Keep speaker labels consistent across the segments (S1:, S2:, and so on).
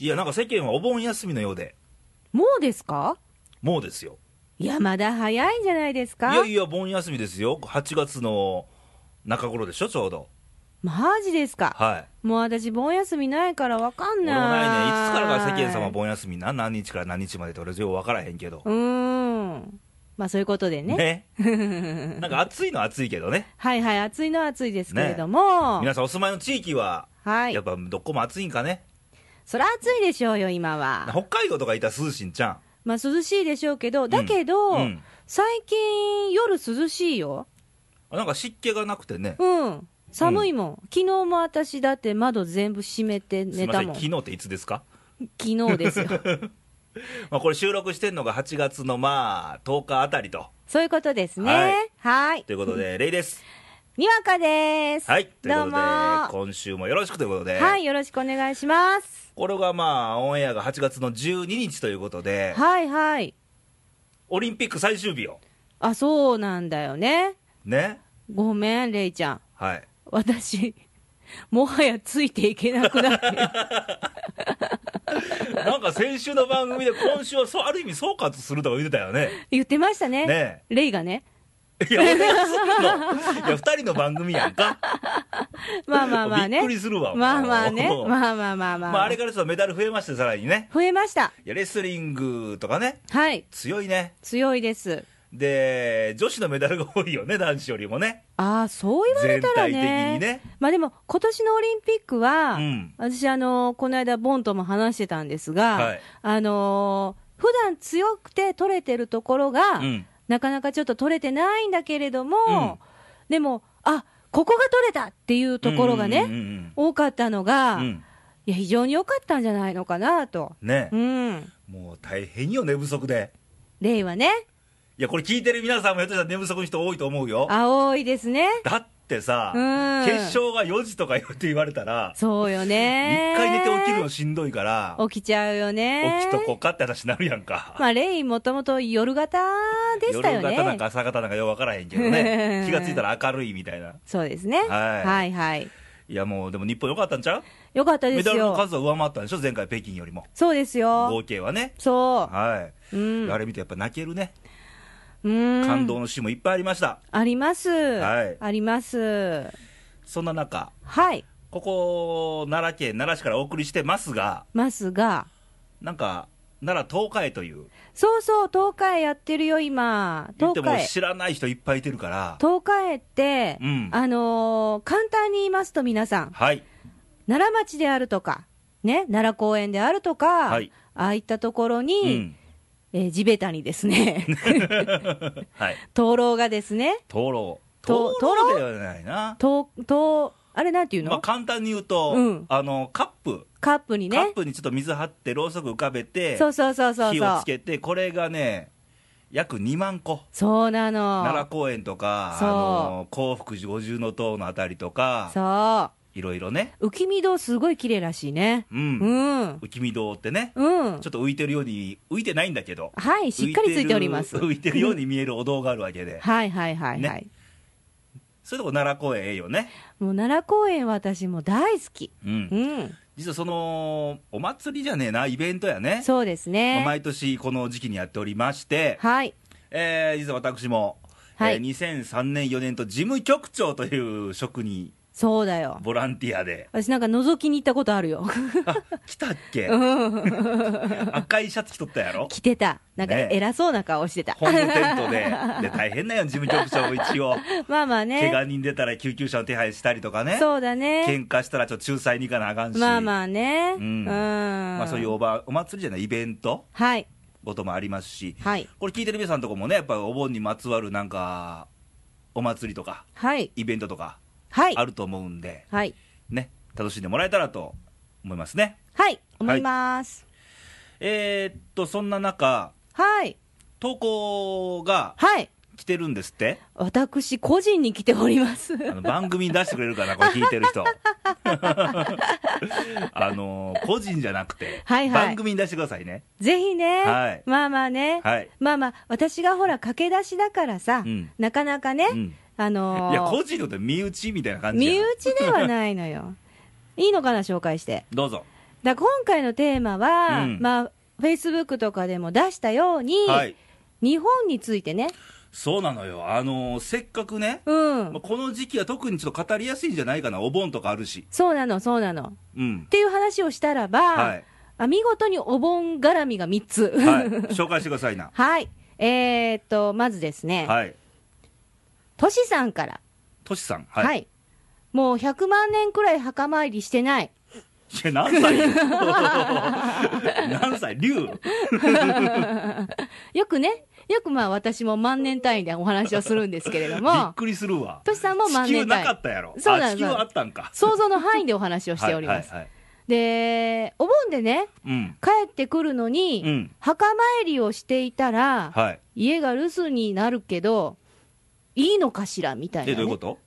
S1: や、なんか世間はお盆休みのようで、
S2: もうですか
S1: もうですよ。
S2: いや、まだ早いんじゃないです
S1: い
S2: か
S1: やいや、盆休みですよ。8月の中頃でしょ、ちょうど。
S2: マジですか
S1: はい。
S2: もう私、盆休みないからわかん
S1: 俺
S2: ない。
S1: もないね。いつからが世間様盆休みな何日から何日までって俺、よう分からへんけど。
S2: うーん。まあ、そういうことでね。
S1: ね。 なんか暑いのは暑いけどね。
S2: はいはい、暑いのは暑いですけれども。
S1: 皆さんお住まいの地域は、
S2: はい
S1: やっ。ぱどこも暑いんかね。
S2: そら暑いでしょうよ、今は。
S1: 北海道とかいたら涼しいんちゃ
S2: まあ、涼しいでしょうけど、だけど、
S1: うんうん
S2: 最近、夜涼しいよ。
S1: うん。なんか湿気がなくてね。
S2: うん。寒いもん。昨日も私、だって窓全部閉めて
S1: す
S2: 寝
S1: みませ
S2: た
S1: ん、
S2: もん。
S1: 昨日っていつですか、
S2: 昨日ですよ。
S1: まあ、これ収録してんのが8月のまあ10日あたりと。
S2: そういうことですね。はい。
S1: ということ で、レイです。
S2: にわかです。
S1: はい。という
S2: ど
S1: こ
S2: う
S1: と
S2: も。
S1: で、
S2: は
S1: 今週もよろしくということで、
S2: い、よろしくお願いします。
S1: これがまあ、オンエアが8月の12日ということで、
S2: はいはい。
S1: オリンピック最終日を、
S2: あ、そうなんだよね。
S1: ね。
S2: ごめん、れいちゃん。
S1: はい。
S2: 私、 もはやついていけなく なって。
S1: なんか先週の番組で今週はそう、ある意味総括するとか言ってたよね。
S2: 言ってましたね。
S1: ね
S2: レイがね。
S1: いや、俺がするの。いや、二人の番組やんか。
S2: まあまあまあね。
S1: びっくりするわ。
S2: まあまあね
S1: も。う
S2: まあまあまあま あ。
S1: まあ、あれからちょっとメダル増えまして、さらにね。
S2: 増えました。
S1: いや、レスリングとかね、
S2: はい。
S1: 強いね。
S2: 強いです。
S1: で、女子のメダルが多いよね、男子よりもね。
S2: ああ、そう言われたらね。
S1: 全体的にね
S2: まあでも、今年のオリンピックは、
S1: うん
S2: 私、あのーこの間、ボンとも話してたんですが、
S1: はい
S2: あのー普段強くて取れてるところが、
S1: うん
S2: なかなかちょっと取れてないんだけれども、でも、あここが取れたっていうところがね、
S1: うんうんうん
S2: 多かったのが、
S1: うんう
S2: い
S1: ん
S2: や、非常に良かったんじゃないのかなと。
S1: ね
S2: う、ん。
S1: もう大変よ、寝不足で。
S2: 例はね、
S1: いや、これ聞いてる皆さんもひょっとしたら寝不足の人多いと思うよ。
S2: 青いですね。
S1: だってさ、
S2: うん
S1: 決勝が4時とかよって言われたら、
S2: そうよね。
S1: 一回寝て起きるのしんどいから、
S2: 起きちゃうよね。
S1: 起きとこうかって話になるやんか。
S2: まあ、レイもともと夜型でしたよ
S1: 夜型なん
S2: ね
S1: か。朝方なんかよう分からへんけど ね気がついたら明るいみたいな
S2: そうですね。
S1: はい
S2: はいはい。
S1: いやもうでも日本良かったんちゃう
S2: よかったで
S1: メ
S2: す
S1: ダルの
S2: よ。
S1: 数は上回ったんでしょ前回北京よりも
S2: そうですよ。
S1: 合計はね
S2: そ
S1: は
S2: う。う
S1: い、
S2: ん。
S1: あれ見てやっぱ泣けるね
S2: うん
S1: 感動のシーンもいっぱいありました、
S2: あります。
S1: はい
S2: あります。
S1: そんな中
S2: はい。
S1: ここ奈良県奈良市からお送りしてますが
S2: ますが、
S1: なんか奈良東海という
S2: そうそう、東海やってるよ、今。
S1: 言っ
S2: 東
S1: ても
S2: 海。
S1: 知らない人いっぱいいてるから
S2: 東海って、
S1: うん
S2: あのー簡単に言いますと皆さん、
S1: はい
S2: 奈良町であるとか、ね、奈良公園であるとか、
S1: はい
S2: ああいったところに、
S1: うん
S2: えー地べたにですね、
S1: はい
S2: 灯籠がですね、
S1: 灯籠
S2: と
S1: 灯籠ではないな
S2: と、と、あれなんていうの、
S1: まあ簡単に言うと、
S2: うん
S1: あのカップ
S2: カップに
S1: カッ
S2: ね。
S1: プにちょっと水張って、ろうそく浮かべて、
S2: そうそうそうそう
S1: 火
S2: そ
S1: を
S2: う
S1: つ。けて、これがね、約2万個、
S2: そうな
S1: 奈良
S2: の。
S1: 公園とか、あ
S2: そう
S1: の興福寺五重塔のあたりとか、
S2: そ
S1: いろいろね、
S2: う。浮見堂すごい綺麗らしいね。
S1: う、
S2: うんん。
S1: 浮見堂ってね、
S2: うん
S1: ちょ。っと浮いてるように、浮いてないんだけど、
S2: はい、しっかりついております。
S1: 浮いてる浮いてるように見えるお堂があるわけで、
S2: はいはいはいはい。
S1: そういうとこ奈良公園、ええよね、
S2: もう奈良公園は私も大好き。
S1: う、
S2: うんん。
S1: 実はその、お祭りじゃねえな、イベントやね、
S2: そうです
S1: まあ
S2: ね。
S1: 毎年この時期にやっておりまして、
S2: はい。
S1: えー実は私も、
S2: はい
S1: えー2003年、4年と事務局長という職に
S2: そうだよ。
S1: ボランティアで、
S2: 私なんか覗きに行ったことあるよ。
S1: あ来たっけ、赤いシャツ着とったや ろ、
S2: 着てた。なんか
S1: ね
S2: 偉そうな顔してた。
S1: ホームテントで、で大変だよ、事務局長も一応、
S2: まあまあ
S1: 怪
S2: ね。
S1: 我人出たら救急車の手配したりとかね、
S2: そうだね。
S1: 喧嘩したらちょっと仲裁に行かなあかんし、
S2: まあまあね。
S1: う
S2: うんん。
S1: まあそういうおばお祭りじゃない、イベント
S2: はい。
S1: ごともありますし、
S2: はい。
S1: これ聞いてる皆さんのとこもね、やっぱりお盆にまつわるなんか、お祭りとか、
S2: はい。
S1: イベントとか、
S2: はい。
S1: あると思うんで。
S2: はい。
S1: ね、楽しんでもらえたらと思いますね。
S2: はい。思います。
S1: えーっと、そんな中、
S2: はい。
S1: 投稿が
S2: はい。
S1: 来てるんですって、
S2: 私、個人に来ております。
S1: あの番組に出してくれるかな、これ聞いてる人。 あのー個人じゃなくて、
S2: はいはい
S1: 番組に出してくださいね。
S2: ぜひね、
S1: はい
S2: まあまあね、
S1: はい
S2: まあまあ、私がほら、駆け出しだからさ、
S1: うん
S2: なかなかね、
S1: うん
S2: あのー
S1: いや、個人のって身内みたいな感じ
S2: 身
S1: やん
S2: 内ではないのよ。いいのかな、紹介して。
S1: どうぞ。
S2: だから今回のテーマは、
S1: うん
S2: まあ、フェイスブックとかでも出したように、
S1: はい
S2: 日本についてね、
S1: そうなのよ、あのーせっかくね、
S2: うん
S1: まあ、この時期は特にちょっと語りやすいんじゃないかな、お盆とかあるし、
S2: そうなの、そうなの。
S1: うん
S2: っ、ていう話をしたらば、
S1: はい
S2: あ見事にお盆絡みが3つ。、
S1: はい紹介してくださいな。
S2: はいえーっと、まずですね、
S1: はい、
S2: トシさんから、
S1: としさん、
S2: はい、
S1: はい、
S2: もう100万年くらい墓参りしてない。
S1: いや何歳 よ 何歳、龍、
S2: よくね、よくまあ私も万年単位でお話をするんですけれど
S1: びっ
S2: も、
S1: くりするわ、
S2: トシさんも万
S1: 地球
S2: 年
S1: なか
S2: 単
S1: ったやろ、
S2: そう
S1: あ
S2: なんです
S1: 地球はあったんか
S2: 位。、想像の範囲でお話をしております。
S1: はいはい
S2: で、お盆でね、
S1: はい、うん、
S2: 帰ってくるのに、
S1: うん
S2: 墓参りをしていたら、
S1: はい、
S2: 家が留守になるけど、いいのかしらみたいな、
S1: え、
S2: ね
S1: どういうこと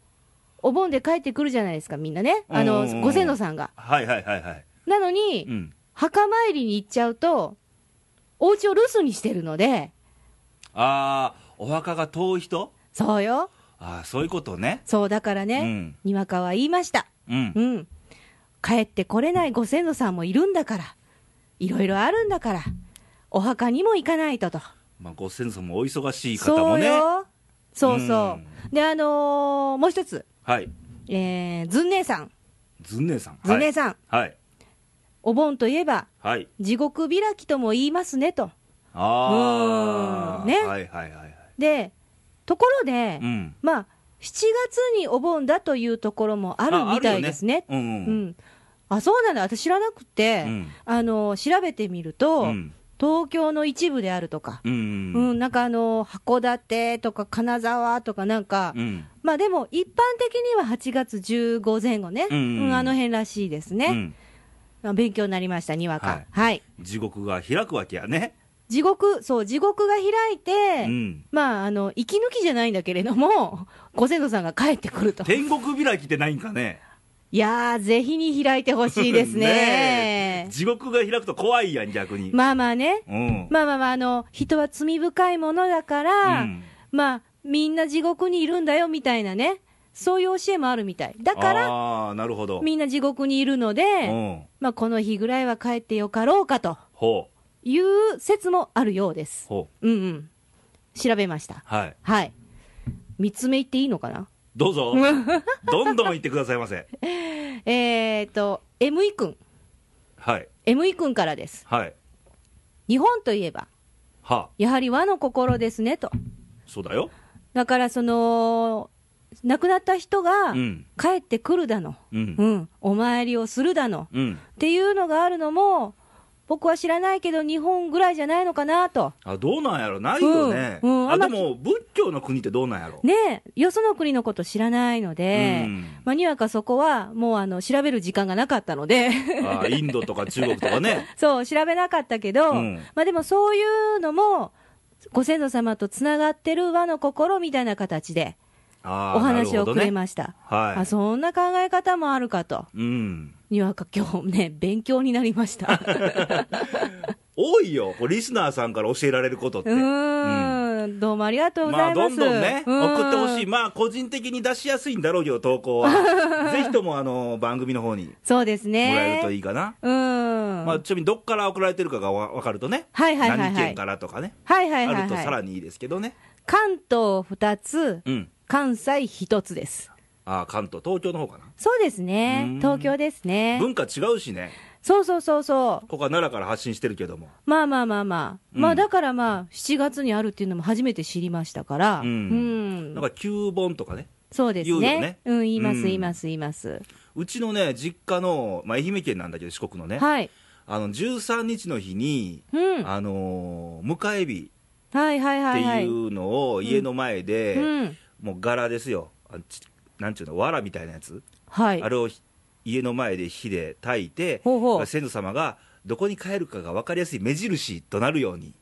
S2: お盆で帰ってくるじゃないですか、みんなね、あ
S1: う
S2: の
S1: んうんうん
S2: ご先祖さんが。
S1: はいはいはいはい、
S2: なのに、
S1: うん、
S2: 墓参りに行っちゃうと、お家を留守にしてるので、
S1: あー、お墓が遠い人
S2: そうよ、
S1: あーそういうことね、
S2: そうだからね、
S1: うん
S2: にわかは言いました、
S1: うん
S2: う、ん、帰ってこれないご先祖さんもいるんだから、いろいろあるんだから、お墓にも行かないとと。
S1: まあ、ご先祖もお忙しい方もね、
S2: そうよ、そうそう、で、あのーもう一つ、
S1: はい、
S2: えー、ずんねえさん、
S1: ずんねえさん、
S2: ずんねえさん、
S1: はい、
S2: お盆といえば、
S1: はい、はい、
S2: 地獄開きとも言いますねと。
S1: ああ、
S2: うんね
S1: はいはいはいはい、
S2: で、ところで、
S1: うん、
S2: まあ、7月にお盆だというところもあるみたいですね。
S1: ああるようん、
S2: う
S1: うん、
S2: ん、あそうなんだ、私知らなくて、
S1: うん
S2: あの調べてみると、
S1: うん
S2: 東京の一部であるとか、
S1: うん、
S2: う
S1: うんん、
S2: なんかあの函館とか金沢とかなんか、
S1: うん、
S2: まあでも一般的には8月15前後ね、
S1: うんうんうん
S2: あの辺らしいです
S1: う
S2: ね、
S1: ん、
S2: まあ勉強になりました、にわか。
S1: はい
S2: はい、
S1: 地獄が開くわけやね、
S2: 地獄、そう、地獄が開いて、
S1: うん、
S2: まあ、あの、息抜きじゃないんだけれども、ご先祖さんが帰ってくると。
S1: 天国開きってないんかね、
S2: いやー、ぜひに開いてほしいですね
S1: ねえ地獄が開くと怖いやん、逆に。
S2: まあまあね、
S1: うん、
S2: まあまあまあ、あの、人は罪深いものだから、
S1: うん
S2: まあ、みんな地獄にいるんだよ、みたいなね。そういう教えもあるみたい。だから、
S1: ああ、なるほど。
S2: みんな地獄にいるの
S1: う
S2: で、
S1: ん、
S2: まあ、この日ぐらいは帰ってよかろうかと
S1: ほう、
S2: いう説もあるようです。
S1: ほう、
S2: うんうん。調べました。
S1: はい。
S2: はい。三つ目言っていいのかな
S1: どうぞ、どんどん行ってくださいませ。
S2: えーと、ME 君。
S1: はい、
S2: ME 君からです。
S1: はい、
S2: 日本といえば、
S1: はあ、
S2: やはり和の心ですねと。
S1: そうだよ。
S2: だからその、亡くなった人が
S1: うん、
S2: 帰ってくるだの、
S1: うん
S2: う、ん、お参りをするだの
S1: うん。
S2: っていうのがあるのも、僕は知らないけど、日本ぐらいじゃないのかなと、
S1: あどうなんやろないよね、
S2: うんうん
S1: あ
S2: あんま
S1: でも仏教の国ってどうなんやろ、
S2: ねえ、よその国のこと知らないので、
S1: うん
S2: まあ、にわかそこはもうあの調べる時間がなかったので、
S1: あインドとか中国とかね
S2: そう、調べなかったけど、
S1: うん
S2: まあ、でもそういうのも、ご先祖様とつながってる和の心みたいな形で
S1: あー
S2: お話をくれ
S1: なる
S2: ました。
S1: ほどねは
S2: あ
S1: い
S2: そんな考え方もあるかと。
S1: うん、
S2: にわか今日ね、勉強になり ました。
S1: 多いよこうリスナーさんから教えられることっ
S2: う
S1: て
S2: ーん、どうもありがとうご
S1: ま
S2: ざ
S1: あ
S2: い
S1: ど
S2: ま
S1: ん
S2: す。
S1: どんね
S2: うーん
S1: 送ってほしいまあ個人的に出しやすいんだろうけど投稿 はぜひともあの番組の方にも
S2: そうですね。
S1: らえると
S2: い。
S1: いいかな、
S2: うーん。
S1: まあ、ちなみにどっから送られてるかがわ分かるとね、
S2: はいはいはいはい
S1: 何県からとかね、
S2: はいはいは
S1: ある
S2: い、
S1: とさ
S2: は
S1: ら
S2: い。
S1: にいいですけどね、
S2: 関東二つ、
S1: うん、
S2: 関西一つです。
S1: あー関東東京の方かな、
S2: そうです
S1: う
S2: ね
S1: ーん。
S2: 東京ですね。
S1: 文化違うしね
S2: そうそうそうそう。
S1: ここは奈良から発信してるけども、
S2: まあまあまあまあ。
S1: うん
S2: まあだからまあ、7月にあるっていうのも初めて知りましたから。
S1: うん
S2: うん
S1: なんか旧盆とかね、
S2: そうです
S1: 言うよ
S2: ね
S1: ね
S2: うん、言います
S1: うん
S2: 言います言います。
S1: うちのね、実家の、まあ、愛媛県なんだけど、四国のね、
S2: はい。
S1: あの13日の日に、
S2: うん。は
S1: あのー迎え日
S2: いはい
S1: っ
S2: は
S1: て
S2: いはい。
S1: いうのを家の前で、
S2: うん。
S1: もう柄ですよ、あちなんちゅうの、藁みたいなやつ、
S2: はい
S1: あ。れをひ家の前で火で炊いて、
S2: ほうほう
S1: 先祖様がどこに帰るかが分かりやすい目印となるように。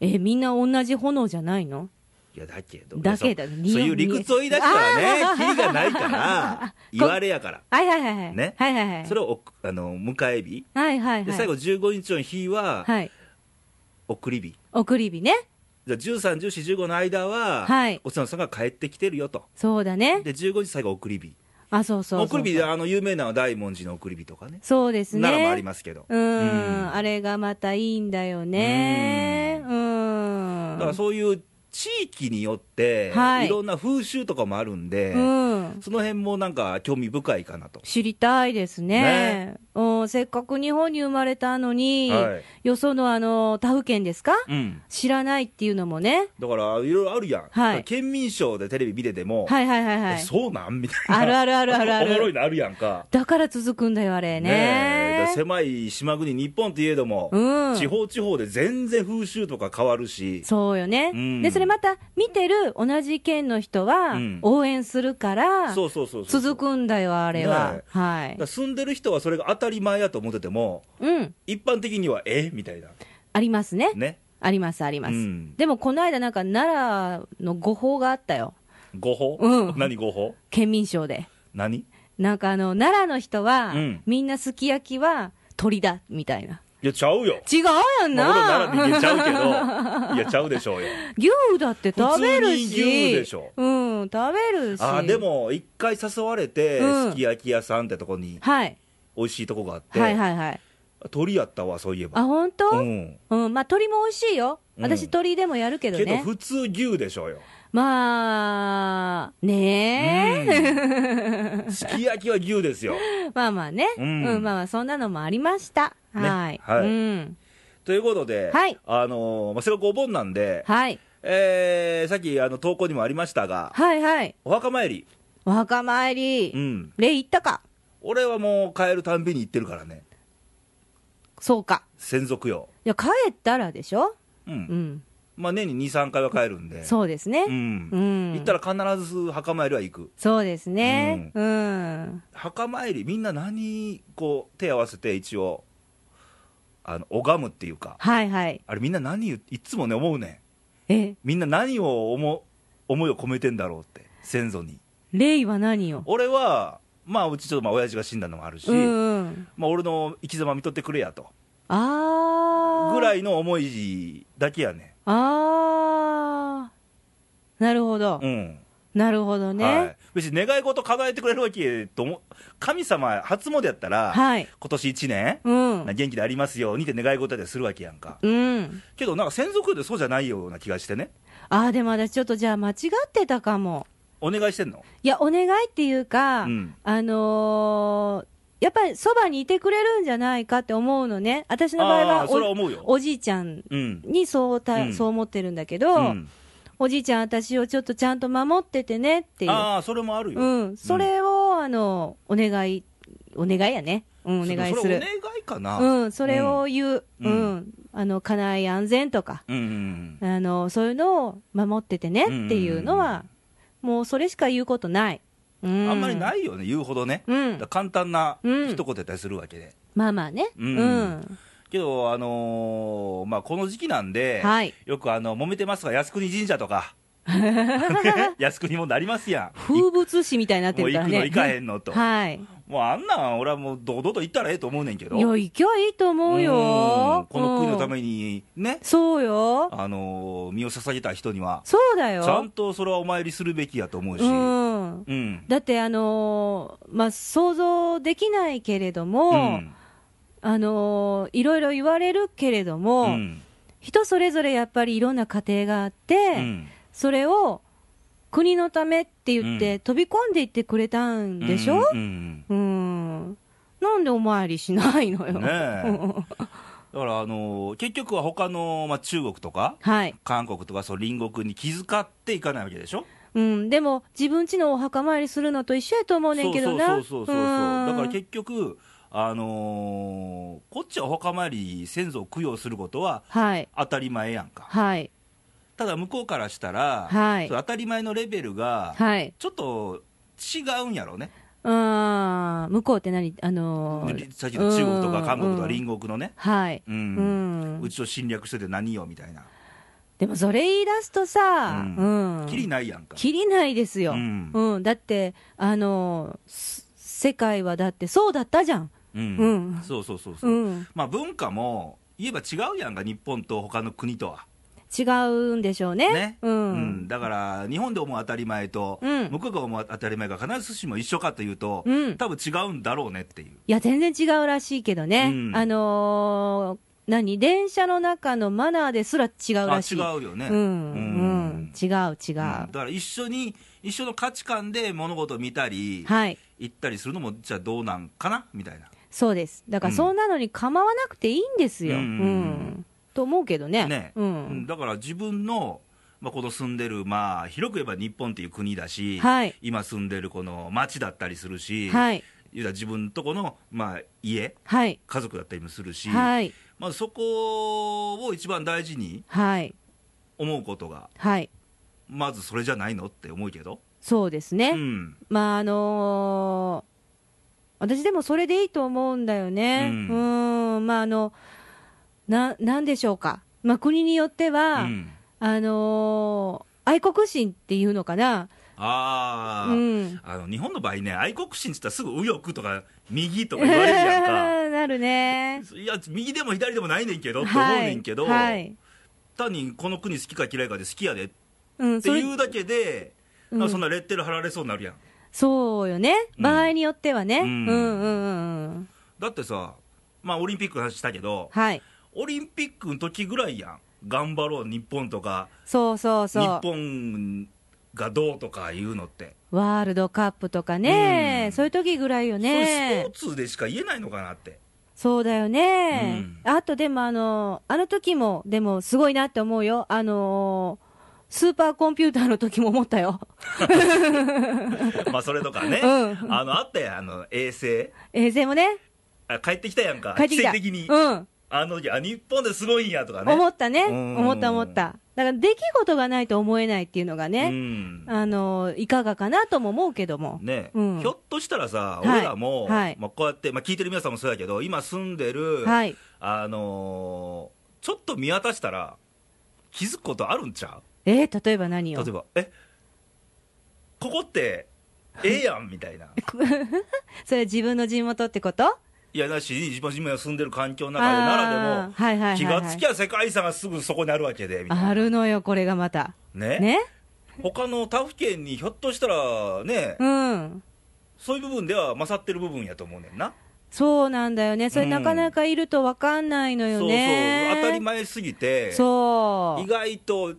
S2: え、みんな同じ炎じゃないの
S1: いやだけど
S2: だけど
S1: そう
S2: に
S1: そういう理屈を言い出したらね、キリがない から、 言われやから、
S2: はいはいはいはい。
S1: ね
S2: はいはいはい。
S1: それをおあの迎え日、
S2: はいはいはい。
S1: で最後15日の日は、
S2: はい。
S1: 送り日、
S2: 送り火ね。
S1: じゃあ13、14、15の間は、
S2: はい
S1: お世話さんが帰ってきてるよと、
S2: そうだね。
S1: で15日、最後、送り日、
S2: あ、そうそうそう。
S1: 送り火、あの有名なのは大文字の送り火とかね、
S2: そうですね。
S1: ならもありますけど、
S2: うー、
S1: うんん
S2: あれがまたいいんだよね。うん。
S1: だからそういう地域によって、
S2: はい
S1: いろんな風習とかもあるんで、
S2: うん。
S1: その辺もなんか興味深いかなと。
S2: 知りたいですね。うん、せっかく日本に生まれたのに、
S1: は
S2: よそのあの、他府県ですか
S1: うん
S2: 知らないっていうのもね。
S1: だからいろいろあるやん、
S2: はい
S1: 県民賞でテレビ見てても、
S2: はいはいはいは
S1: え
S2: い。
S1: そうなんみたいな、
S2: あるあるあるある あ
S1: おもろい
S2: る。
S1: のあるやんか、
S2: だから続くんだよ、あれ
S1: えだか
S2: ね
S1: ら。狭い島国、日本といえども、
S2: うん。
S1: 地方地方で全然風習とか変わるし、
S2: そうよね、
S1: うん
S2: でそれまた見てる同じ県の人は
S1: うん
S2: 応援するから、
S1: そうそうそうそう
S2: 続くんだよ、あれは。
S1: ねえ
S2: はい
S1: だから住んでる人はそれが当たり前やと思ってても、
S2: うん、
S1: 一般的にはえみたいな、
S2: ありますね、
S1: ね、
S2: あります、あります、
S1: うん
S2: でもこの間、なんか奈良の誤報があったよ、
S1: 誤報、
S2: うん
S1: 何誤報
S2: 県民賞で、
S1: 何い
S2: なんかあの奈良の人は、
S1: うん
S2: みんなすき焼きは鳥だみたいな、
S1: や、ちゃうよ。
S2: 違うやん
S1: まあ、
S2: な、
S1: 俺も奈良で言っちゃう けど、いや、ちゃうでしょうよ。
S2: 牛だって食べるし、
S1: 普通に牛でしょ
S2: うん、食べるし、
S1: あでも、一回誘われて、
S2: うん
S1: すき焼き屋さんってとこに、
S2: はい、
S1: 美味しいとこがあって、
S2: はいはいはい、
S1: 鳥やったわ、そういえば。
S2: あ本当、
S1: うん、
S2: うん、まあ鳥も美味しいよ。
S1: うん
S2: 私鳥でもやるけど
S1: けど、
S2: ね。
S1: 普通牛でしょうよ。
S2: まあ、ねえ。
S1: うんすき焼きは牛です よ。
S2: まあまあね。う、
S1: うんん
S2: まあまあ、そんなのもありました。
S1: ね
S2: はい。
S1: はい
S2: うん。
S1: ということで、
S2: はい
S1: あのーまあ、せっかくお盆なんで、
S2: はい。
S1: えーさっきあの投稿にもありましたが、
S2: はいはい。
S1: お墓参り、
S2: お墓参
S1: う
S2: り。
S1: ん、
S2: 礼行ったか
S1: 俺はもう帰るたんびに行ってるからね、
S2: そうか。
S1: 専属よ、
S2: いや、帰ったらでしょ
S1: う、
S2: うんん。
S1: まあ、年に2、3回は帰るんで、
S2: そうです
S1: う
S2: ね。
S1: ん
S2: うん。
S1: 行ったら必ず墓参りは行く、
S2: そうですね。うん。
S1: 墓参り、みんな何、こう、手合わせて一応、あの拝むっていうか、
S2: はいはい。
S1: あれ、みんな何言う、いつもね、思うねん、
S2: え、
S1: みんな何を思う思いを込めてんだろうって、先祖に。
S2: 礼は何よ
S1: 俺は、まあ、うちちょっとまあ親父が死んだのもあるし、
S2: うんうん。
S1: まあ、俺の生き様見とってくれやと、
S2: あー。
S1: ぐらいの思いだけやね
S2: あー、なるほど、
S1: ん、うん
S2: なるほど
S1: は
S2: ね、
S1: い、別に願い事叶えてくれるわけとも、神様、初詣やったら、
S2: はい、
S1: 今年1年、
S2: うん、
S1: 元気でありますようにって願い事でするわけやんか、
S2: うん、
S1: けどなんか専属でそうじゃないような気がしてね、
S2: あー、でも私、ちょっとじゃあ、間違ってたかも、
S1: お願いしてんの、
S2: いや、お願いっていうか、
S1: うん
S2: あのーやっぱりそばにいてくれるんじゃないかって思うのね、私の場合
S1: あ
S2: は
S1: ーそれは
S2: お
S1: 思うよ、
S2: おじいちゃん
S1: うん、
S2: にそうた、
S1: うん
S2: そう思ってるんだけど、
S1: うん
S2: おじいちゃん、私をちょっとちゃんと守っててねっていう、
S1: ああ、それもあるよ、
S2: うん、それを、あのお願い、お願いやね、うん、お願い
S1: そ
S2: す
S1: れお
S2: る。
S1: 願いかな、うん
S2: うん、それを言う、う
S1: うんん
S2: あの家内安全とか、
S1: うん
S2: あのそういうのを守っててねっていうのは、もうそれしか言うことない、う、、
S1: うんん、あんまりないいよね、言うほどね、
S2: う
S1: だか
S2: ん
S1: ら、簡単な
S2: うん
S1: 一言やったりするわけで。
S2: まあまあね、
S1: う
S2: う、
S1: んんけど、あのーまあ、この時期なんで、
S2: はい
S1: よくあの揉めてますが、靖国神社と か、靖国もなりますやん、
S2: 風物詩みたいになって
S1: もう
S2: るか
S1: 行
S2: ら
S1: く
S2: ね、
S1: の、行かへんのと、
S2: はい、
S1: もうあんなん、俺はもう、堂々と行ったらええと思うねんけど、
S2: いや、行きゃいいと思う
S1: う
S2: よ
S1: ん、この国のた
S2: に、
S1: めにね、
S2: そうよ、
S1: あのー身を捧げた人には、
S2: そうだよ、
S1: ちゃんとそれはお参りするべきやと思うし、うん、
S2: うん、
S1: うん、
S2: だって、あのーまあ、想像できないけれども、あのーいろいろ言われるけれども、
S1: うん
S2: 人それぞれやっぱりいろんな家庭があって、
S1: うん
S2: それを国のためって言って、
S1: うん
S2: 飛び込んでいってくれたんでしょ
S1: うんうん
S2: うん、なんでお参りしないのよ。
S1: ねえだから、あのー結局は他のまあ、中国とか、
S2: はい、
S1: 韓国とかそう隣国に気遣っていかないわけでしょ
S2: うん、でも自分家のお墓参りするのと一緒やと思うねんけどな。
S1: そうそうそうそうそう
S2: うん
S1: だから結局あのーこっちはお墓参り先祖を供養することは
S2: はい、
S1: 当たり前やんか
S2: はい、
S1: ただ向こうからしたら、
S2: はい
S1: その当たり前のレベルが
S2: はい、
S1: ちょっと違うんやろうね、
S2: あー向こうって何、あのー
S1: さっきの中国と
S2: う
S1: か
S2: ん
S1: 韓国とか
S2: うん
S1: 隣国のね
S2: はい、
S1: う、
S2: うんん
S1: うちを侵略してて何よみたいな、
S2: でもそれ言い出すとさ、
S1: う
S2: うん、
S1: きりないやんか
S2: きりないですよ、う
S1: うんん
S2: だって、あのす世界はだってそうだったじゃん、
S1: うん
S2: うん
S1: そうそうそうそうう、
S2: ん、
S1: まあ文化も言えば違うやんか日本と他の国とは
S2: 違うんでしょうね。
S1: ね
S2: う
S1: うんん、。だから日本で思う当たり前と、
S2: うん
S1: 向こうが思う当たり前が必ずしも一緒かというと、
S2: うん
S1: 多分違うんだろうねっていう、
S2: いや、全然違うらしいけどね。
S1: うん
S2: あのー何電車の中のマナーですら違う
S1: あ
S2: らし
S1: 違
S2: い。
S1: うよね、う
S2: うん、うん
S1: ん、
S2: 違う、違う。
S1: だから一緒に一緒の価値観で物事を見たり、
S2: はい。
S1: 行ったりするのもじゃあどうなんかなみたい
S2: そうです。だから、
S1: うん
S2: そんなのに構わなくていいんですよ。う。
S1: うんん
S2: と思うけどね。
S1: な、ね
S2: う
S1: うん
S2: ん。
S1: だから自分の、まあ、この住んでる、まあ、広く言えば日本っていう国だし、
S2: はい
S1: 今住んでるこの町だったりするし、
S2: はい。
S1: 言うたら自分のとこの、まあ、家、
S2: はい。
S1: 家族だったりもするし、
S2: はい。
S1: まあ、そこを一番大事に
S2: はい。
S1: 思うことが、
S2: はい。
S1: まずそれじゃないのって思うけど、
S2: そうですね。
S1: うん、
S2: まあ、あのー私でもそれでいいと思うんだよね。う。
S1: うん
S2: まあ、あの、な、なんでしょうか。まあ、国によっては、
S1: うん
S2: あのー愛国心っていうのかな。
S1: あー、
S2: うん。
S1: あの日本の場合ね、愛国心って言ったらすぐ右翼とか右とか言われるやん か。
S2: なるね。
S1: いや右でも左でもないねんけどって思う
S2: は
S1: ねん
S2: い
S1: けど、。
S2: はい。
S1: 単にこの国好きか嫌いかで好きやでっ
S2: うん、
S1: て
S2: それ
S1: いうだけで、
S2: うん
S1: なんかそんなレッテル貼られそうになるやん
S2: そうよね、
S1: うん
S2: 場合によってはね、う
S1: うんん
S2: うんうんうん、
S1: だってさまあオリンピックの話したけど
S2: はい、
S1: オリンピックの時ぐらいやん頑張ろう日本とか
S2: そうそう
S1: 日
S2: そ
S1: 本がどうとかいうのって、
S2: う、ワールドカップとかね、
S1: うん
S2: そういう時ぐらいよね、
S1: そういうスポーツでしか言えないのかな って
S2: そうだよね、
S1: う
S2: あとでもあの、あの時も、でもすごいなって思うよ、あのースーパーコンピューターの時も思ったよ、
S1: まあそれとかね、
S2: うん
S1: あのあったやんあの衛星
S2: 衛星もね、
S1: あ帰ってきたやんか
S2: 帰ってきた、
S1: 奇跡的に、
S2: うん、
S1: あの時あ日本ですごいんやとかね
S2: 思ったね、
S1: うん
S2: 思った思った、だから出来事がないと思えないっていうのが
S1: う
S2: ね、
S1: ん
S2: あのーいかがかなとも思うけども、
S1: ね
S2: うん
S1: ひょっとしたらさ、
S2: はい
S1: 俺らも、
S2: はい
S1: まあ、こうやって、まあ、聞いてる皆さんもそうやけど、今住んでる、
S2: はい、
S1: あのーちょっと見渡したら、気づくことあるんちゃ
S2: えー、例えば何
S1: う
S2: よ
S1: 例え。ば、えここってええやんみたいな、
S2: それ自分の地元ってこと
S1: いやなし、自分自分が住んでる環境の中で、
S2: あ
S1: 奈
S2: ーはいはい
S1: 良で
S2: はい
S1: も、
S2: はい
S1: 気がつきゃ世界遺産がすぐそこにあるわけで、みたいな
S2: あるのよ、これがまた。
S1: ね
S2: ね
S1: 他の他府県にひょっとしたらね、
S2: うん。
S1: そういう部分では勝ってる部分やと思うねんな。
S2: そうなんだよね。それ
S1: うん
S2: なかなかいるとわかんないのよ
S1: そうそう
S2: ね。
S1: 当たり前すぎて
S2: そう。
S1: 意外と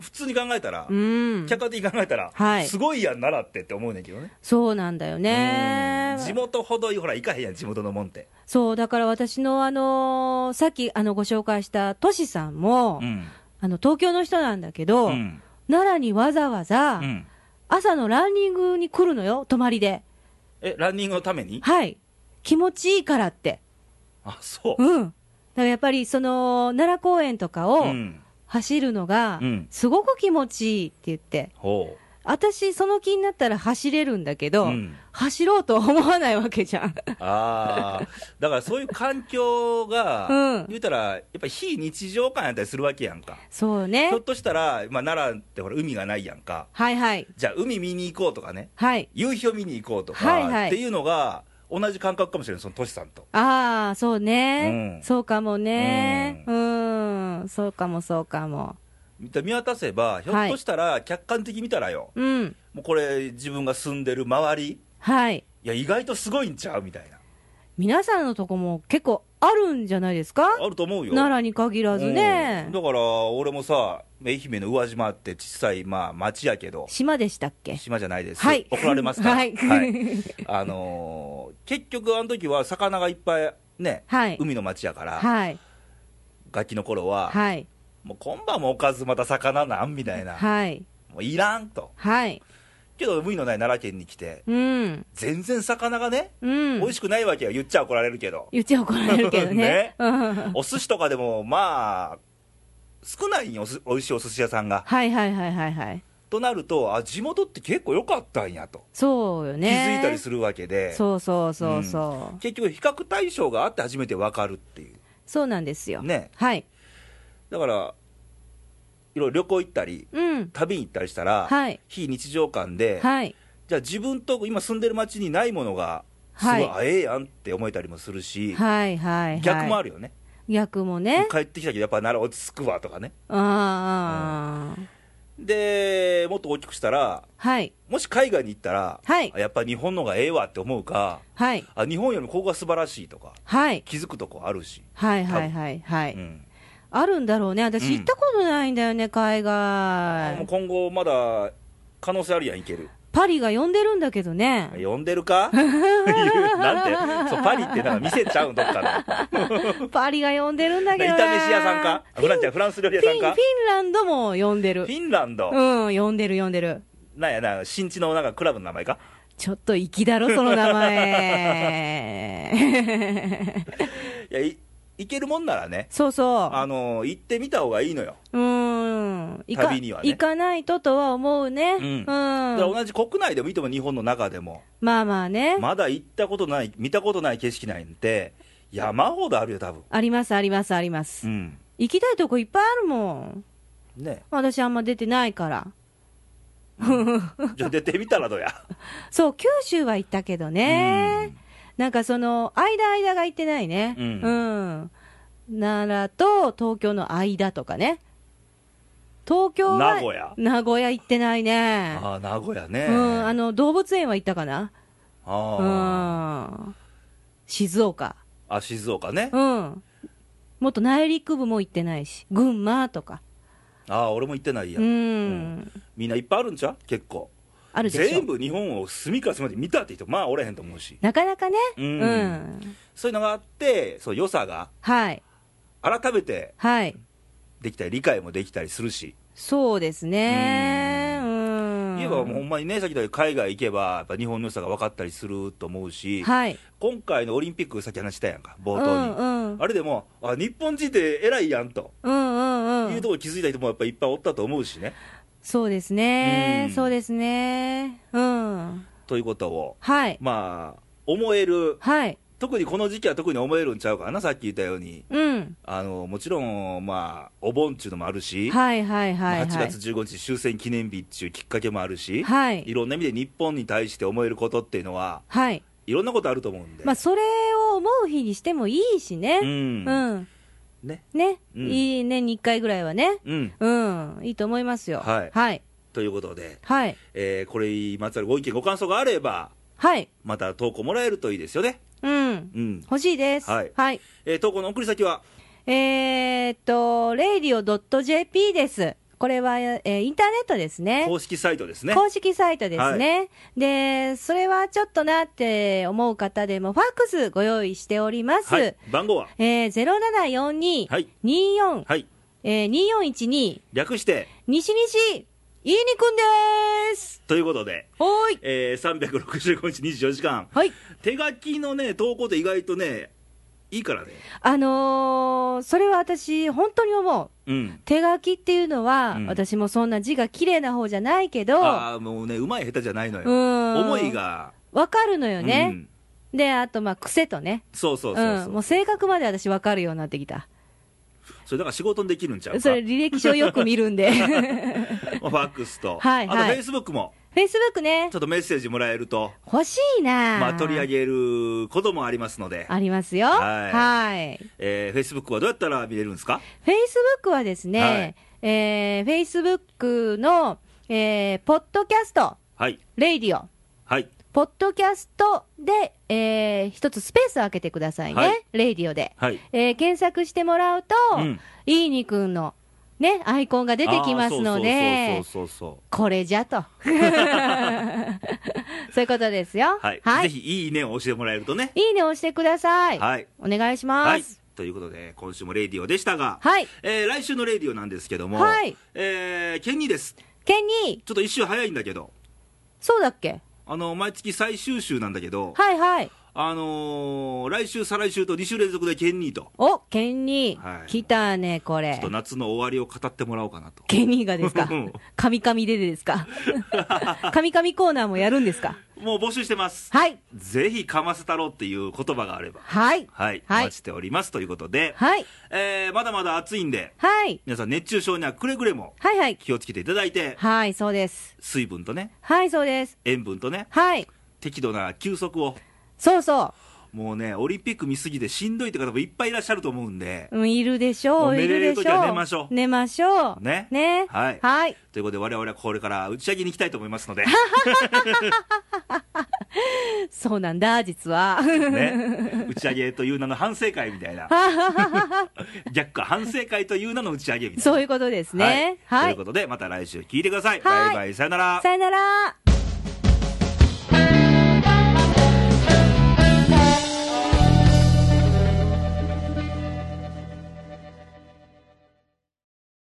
S1: 普通に考えたら、
S2: うん。
S1: 客観的に考えたら、
S2: はい
S1: すごいやん、奈良ってって思うねんけどね、
S2: そうなんだよね
S1: うん。地元ほどほら、行かへんやん、地元のもんって。
S2: そう、だから私のあのーさっきあのご紹介したトシさんも、
S1: ん、
S2: あの東京の人なんだけど、
S1: うん
S2: 奈良にわざわざ
S1: うん
S2: 朝のランニングに来るのよ、泊まりで。
S1: え、ランニングのために
S2: はい。気持ちいいからって。
S1: あそう、
S2: うん。だからやっぱりその奈良公園とかを
S1: ん
S2: 走るのが
S1: うん
S2: すごく気持ちいいって言って、
S1: ほ
S2: 私その気になったら走れるんだけ
S1: う
S2: ど、
S1: うん
S2: 走ろうとは思わないわけじゃ ん。
S1: ああ、だからそういう環境が、
S2: うん
S1: 言うたら、やっぱ非日常感やったりするわけやんか、
S2: そうよね
S1: ひょっ。としたら、まあ、奈良ってほら、海がないやんか、
S2: はいはい。
S1: じゃあ、海見に行こうとかね、
S2: はい。
S1: 夕日を見に行こうとか、
S2: はいはい
S1: っていうのが同じ感覚かもしれない、そのトシさんと。
S2: ああ、そうね、
S1: うん
S2: そうかもね。う。
S1: うん
S2: そうかもそうかも。
S1: 見渡せば、ひょっとしたら客観的に見たらよ、
S2: うん。
S1: もうこれ、自分が住んでる周り、い
S2: はい。
S1: や、意外とすごいんちゃうみたいな、
S2: 皆さんのとこも結構あるんじゃないですか
S1: あると思うよ。
S2: 奈良に限らずね
S1: うん。だから、俺もさ、愛媛の宇和島って小さい、まあ、町やけど、
S2: 島でしたっけ
S1: 島じゃないです、
S2: はい
S1: 怒られますから、
S2: はい
S1: あのー結局、あの時は魚がいっぱいね、
S2: はい。
S1: 海の町やから、
S2: はい。
S1: ガキの頃は、
S2: はい。
S1: もう今晩もおかずまた魚なんみたいな、
S2: はい。
S1: もういらんと、
S2: はい。
S1: けど海のない奈良県に来て、
S2: うん。
S1: 全然魚がね、
S2: うん。
S1: 美味しくないわけよ、言っちゃ怒られるけど、
S2: 言っちゃ怒られるけどね
S1: ね。
S2: うん
S1: お寿司とかでも、まあ、少ないんよ、おす美味しいお寿司屋さんが。
S2: はいはいはいはいはい。
S1: となると、あ地元って結構良かったんやと、
S2: そうよ
S1: 気
S2: ね。
S1: づいたり
S2: る。
S1: するわけで、
S2: そうそうそうそう。
S1: 結局、比較対象があって初めて分かるっていう、
S2: そうなんですよ。
S1: ね、
S2: はい。
S1: だから、いろいろ旅行行ったり、
S2: うん。
S1: 旅に行ったりしたら、
S2: はい
S1: 非日常感で、
S2: はい。
S1: じゃあ、自分と今住んでる町にないものが、すごい、
S2: はい
S1: あええやんって思えたりもするし、
S2: はいはいはい。
S1: 逆もあ
S2: る。
S1: るよね。
S2: 逆もね。
S1: 帰ってきたけど、やっぱ奈良落ち着くわとかね。
S2: ああ、
S1: で、もっと大きくしたら、
S2: はい。
S1: もし海外に行ったら、
S2: はい
S1: あやっぱ日本のがええわって思うか、
S2: はい。
S1: あ日本よりもここが素晴らしいとか、
S2: はい。
S1: 気づくとこあるし、
S2: はいはいはいは
S1: う
S2: い。
S1: ん
S2: あるんだろうね。
S1: うん
S2: 私行ったことないんだよね、海
S1: もう
S2: 外。
S1: 今後、まだ可能性あるやん、いける、
S2: パリが呼んでるんだけどね。
S1: 呼んでる かいうなんて、そうパリってなんか店ちゃうん、どっかの、
S2: パリが呼んでるんだ
S1: イ
S2: けどな。
S1: タ飯屋さんか、フランちゃんフランス料理
S2: フ
S1: 屋さ
S2: ィ
S1: ん
S2: ンフィ
S1: か、
S2: ンランドも呼んで
S1: フ
S2: る。
S1: ィンランド、
S2: うん、呼んでる呼んでる。
S1: なんやな、新地のなんかクラブの名前か、
S2: ちょっと粋だろ、その名 前。
S1: いやい、行けるもんならね、
S2: そうそう。
S1: あの行ってみた方がいいのよ、
S2: うーん。行か
S1: 旅にはね
S2: 行かないととは思うね。
S1: ん
S2: うん。
S1: だから同じ国内でもいいと思う、日本の中でも、
S2: まあまあね。
S1: まだ行ったことない、見たことない景色なんて、山ほどあるよ、多分
S2: ありますありますあります。
S1: うん、
S2: 行きたいとこいっぱいあるもん。
S1: ね、
S2: 私あんま出てないから。
S1: じゃあ出てみたらどうや。
S2: そう、九州は行ったけどね。なんかその、間間が行ってないね。
S1: うん
S2: うん。奈良と東京の間とかね。東京は。
S1: 名古屋
S2: 名古屋行ってないね。
S1: ああ、名古屋ね。
S2: うん。あの、動物園は行ったかな。
S1: あ
S2: うん。静岡。
S1: ーあ、静岡ね。
S2: うん。もっと内陸部も行ってないし、群馬とか。
S1: ああ、俺も行ってないや。
S2: うん。
S1: みんないっぱいあるんちゃう結構。
S2: あるでしょ
S1: 全。部日本を隅から隅まで見たって人、まあおれへんと思うし。
S2: なかなかね。
S1: う
S2: うんん。
S1: そういうのがあって、そう、良さが、
S2: はい。
S1: 改めて
S2: はい。
S1: できたり、理解もできたりするし。
S2: そうですね。うん。
S1: 言えばもうほんまにね、さっき言ったように海外行けば、やっぱ日本の良さが分かったりすると思うし、
S2: はい。
S1: 今回のオリンピック、さっき話したやんか、
S2: う
S1: 冒
S2: ん
S1: 頭に。
S2: うん。
S1: あれでも、あ、日本人って偉いやんと。
S2: うんうんう
S1: いうんと。ころ気づいた人もやっぱいっぱいおったと思うしね。
S2: そうです
S1: う
S2: ね
S1: ん。
S2: そうですね。うん。
S1: ということを、
S2: はい。
S1: まあ、思える、
S2: はい。
S1: 特にこの時期は特に思えるんちゃうかな、さっき言ったように、
S2: うん。
S1: あのもちろん、まあ、お盆っちゅうのもあるし、
S2: はいはい
S1: まあ
S2: はいは
S1: 8月15日、終戦記念日っちゅうきっかけもあるし、
S2: い。はいい。
S1: ろんな意味で日本に対して思えることっていうのは、
S2: はい。
S1: いろんなことあると思うんで、
S2: まあ、それを思う日にしてもいいし
S1: う
S2: ね。
S1: ん、
S2: うん。
S1: ね、
S2: ね。
S1: うん
S2: いい年に1回ぐらいはね。
S1: うん、
S2: うん、いいと思いますよ。
S1: はい
S2: はい。
S1: ということで、
S2: はい。
S1: えーこれにまつわるご意見、ご感想があれば、
S2: はい。
S1: また投稿もらえるといいですよね。
S2: うん。
S1: うん
S2: 欲しいです。
S1: はい
S2: はい。
S1: えー投稿の送り先は、
S2: えーっと、radio.jp です。これは、えーインターネットですね。
S1: 公式サイトですね。
S2: 公式サイトですね、で、それはちょっとなって思う方でも、ファックスご用意しております。
S1: はい、番号は、
S2: えー、
S1: はい
S2: 0742-24、
S1: はい、
S2: えー、2412、
S1: 略して、
S2: 西西、いいにくんでーす。
S1: ということで、
S2: おーい。
S1: えー、365日24時間、
S2: はい。
S1: 手書きのね、投稿って意外とね、いいからね。
S2: あのーそれは私、本当に思う。
S1: うん。
S2: 手書きっていうのは、
S1: うん
S2: 私もそんな字が綺麗な方じゃないけど、
S1: ああ、もうね、うまい下手じゃないの
S2: う
S1: よ。
S2: ん。
S1: 思い。が。
S2: わかるのよ
S1: う
S2: ね。
S1: ん
S2: で、あと、まあ、癖とね。
S1: そうそううそうそ
S2: ん。
S1: う。
S2: もう性格まで私わかるようになってきた。
S1: それだから仕事にできるんちゃうか。
S2: それ、履歴書をよく見る んで。
S1: ファックスと。
S2: はい
S1: あと、フ
S2: はい
S1: ェイスブックも、
S2: Facebook ね
S1: ちょ、っとメッセージもらえると、
S2: 欲しいな
S1: まあ、取り上げることもありますので、
S2: ありますよ。
S1: はい
S2: はい。
S1: えー、フェイスブックはどうやったら見れるんですか
S2: Facebook はですね、えー、Facebook の、えー、ポッドキャスト、
S1: はい。
S2: レイディオ。
S1: はい。
S2: ポッドキャストで、えー、一つスペースを開けてくださいね、
S1: はい
S2: レイディオで、
S1: はい。
S2: えー検索してもらうと、
S1: うん
S2: いいにくんの、ね、アイコンが出てきますの
S1: あーそ
S2: で、
S1: うそうそうそう
S2: これじゃ と、そういうことですよ。
S1: そう。はい。ぜひ、いいねを押してもらえるとね。
S2: いいねを押してください。
S1: はい。
S2: お願いしま
S1: はい
S2: す。。
S1: ということで、今週もレイディオでしたが、
S2: はい。
S1: えー来週のレイディオなんですけども、
S2: はい
S1: えーケニーです。
S2: ケニー、
S1: ちょっと一週早いんだけど、
S2: そうだっけ
S1: あの、毎月最終週なんだけど、
S2: はいはい。
S1: あのー来週、再来週と2週連続でケニーと、
S2: お、ケニー、
S1: はい
S2: 来たね、こ
S1: ちょっ
S2: れ
S1: と。夏の終わりを語ってもらおうかなと。
S2: ケニーがで すか
S1: うん
S2: カミカミでですか カミカミコーナーもやるんですか
S1: もう募集してます。
S2: はい。
S1: ぜひ、かませ太郎っていう言葉があれば、
S2: はい。
S1: はい、お
S2: はい
S1: 待ちしておりますということで、
S2: はい。
S1: えーまだまだ暑いんで、
S2: はい。
S1: 皆さん熱中症にはくれぐれも
S2: はいはい。
S1: 気をつけていただいて、
S2: はい、そうです。
S1: 水分とね、
S2: はい、そうです。
S1: 塩分とね、
S2: はい。
S1: 適度な休息を、
S2: そうそ
S1: もうね、オリンピック見すぎてしんどいって方もいっぱいいらっしゃると思うんで、
S2: うん、いるでし
S1: も
S2: ょ
S1: う
S2: う、
S1: 寝
S2: い
S1: れ
S2: る
S1: る時
S2: でし
S1: は
S2: ょう。
S1: 寝ましょう
S2: 寝ましょう。
S1: ね
S2: ね。
S1: はい
S2: はい。
S1: ということで、我々はこれから打ち上げに行きたいと思いますので、
S2: そうなんだ、実は。
S1: ね、打ち上げという名の反省会みたいな、逆か、反省会という名の打ち上げみたいな。
S2: そういうことですね。
S1: は。
S2: はいい。
S1: ということで、また来週聞いてください。
S2: はい
S1: バイバイ、さよなら。
S2: さよなら。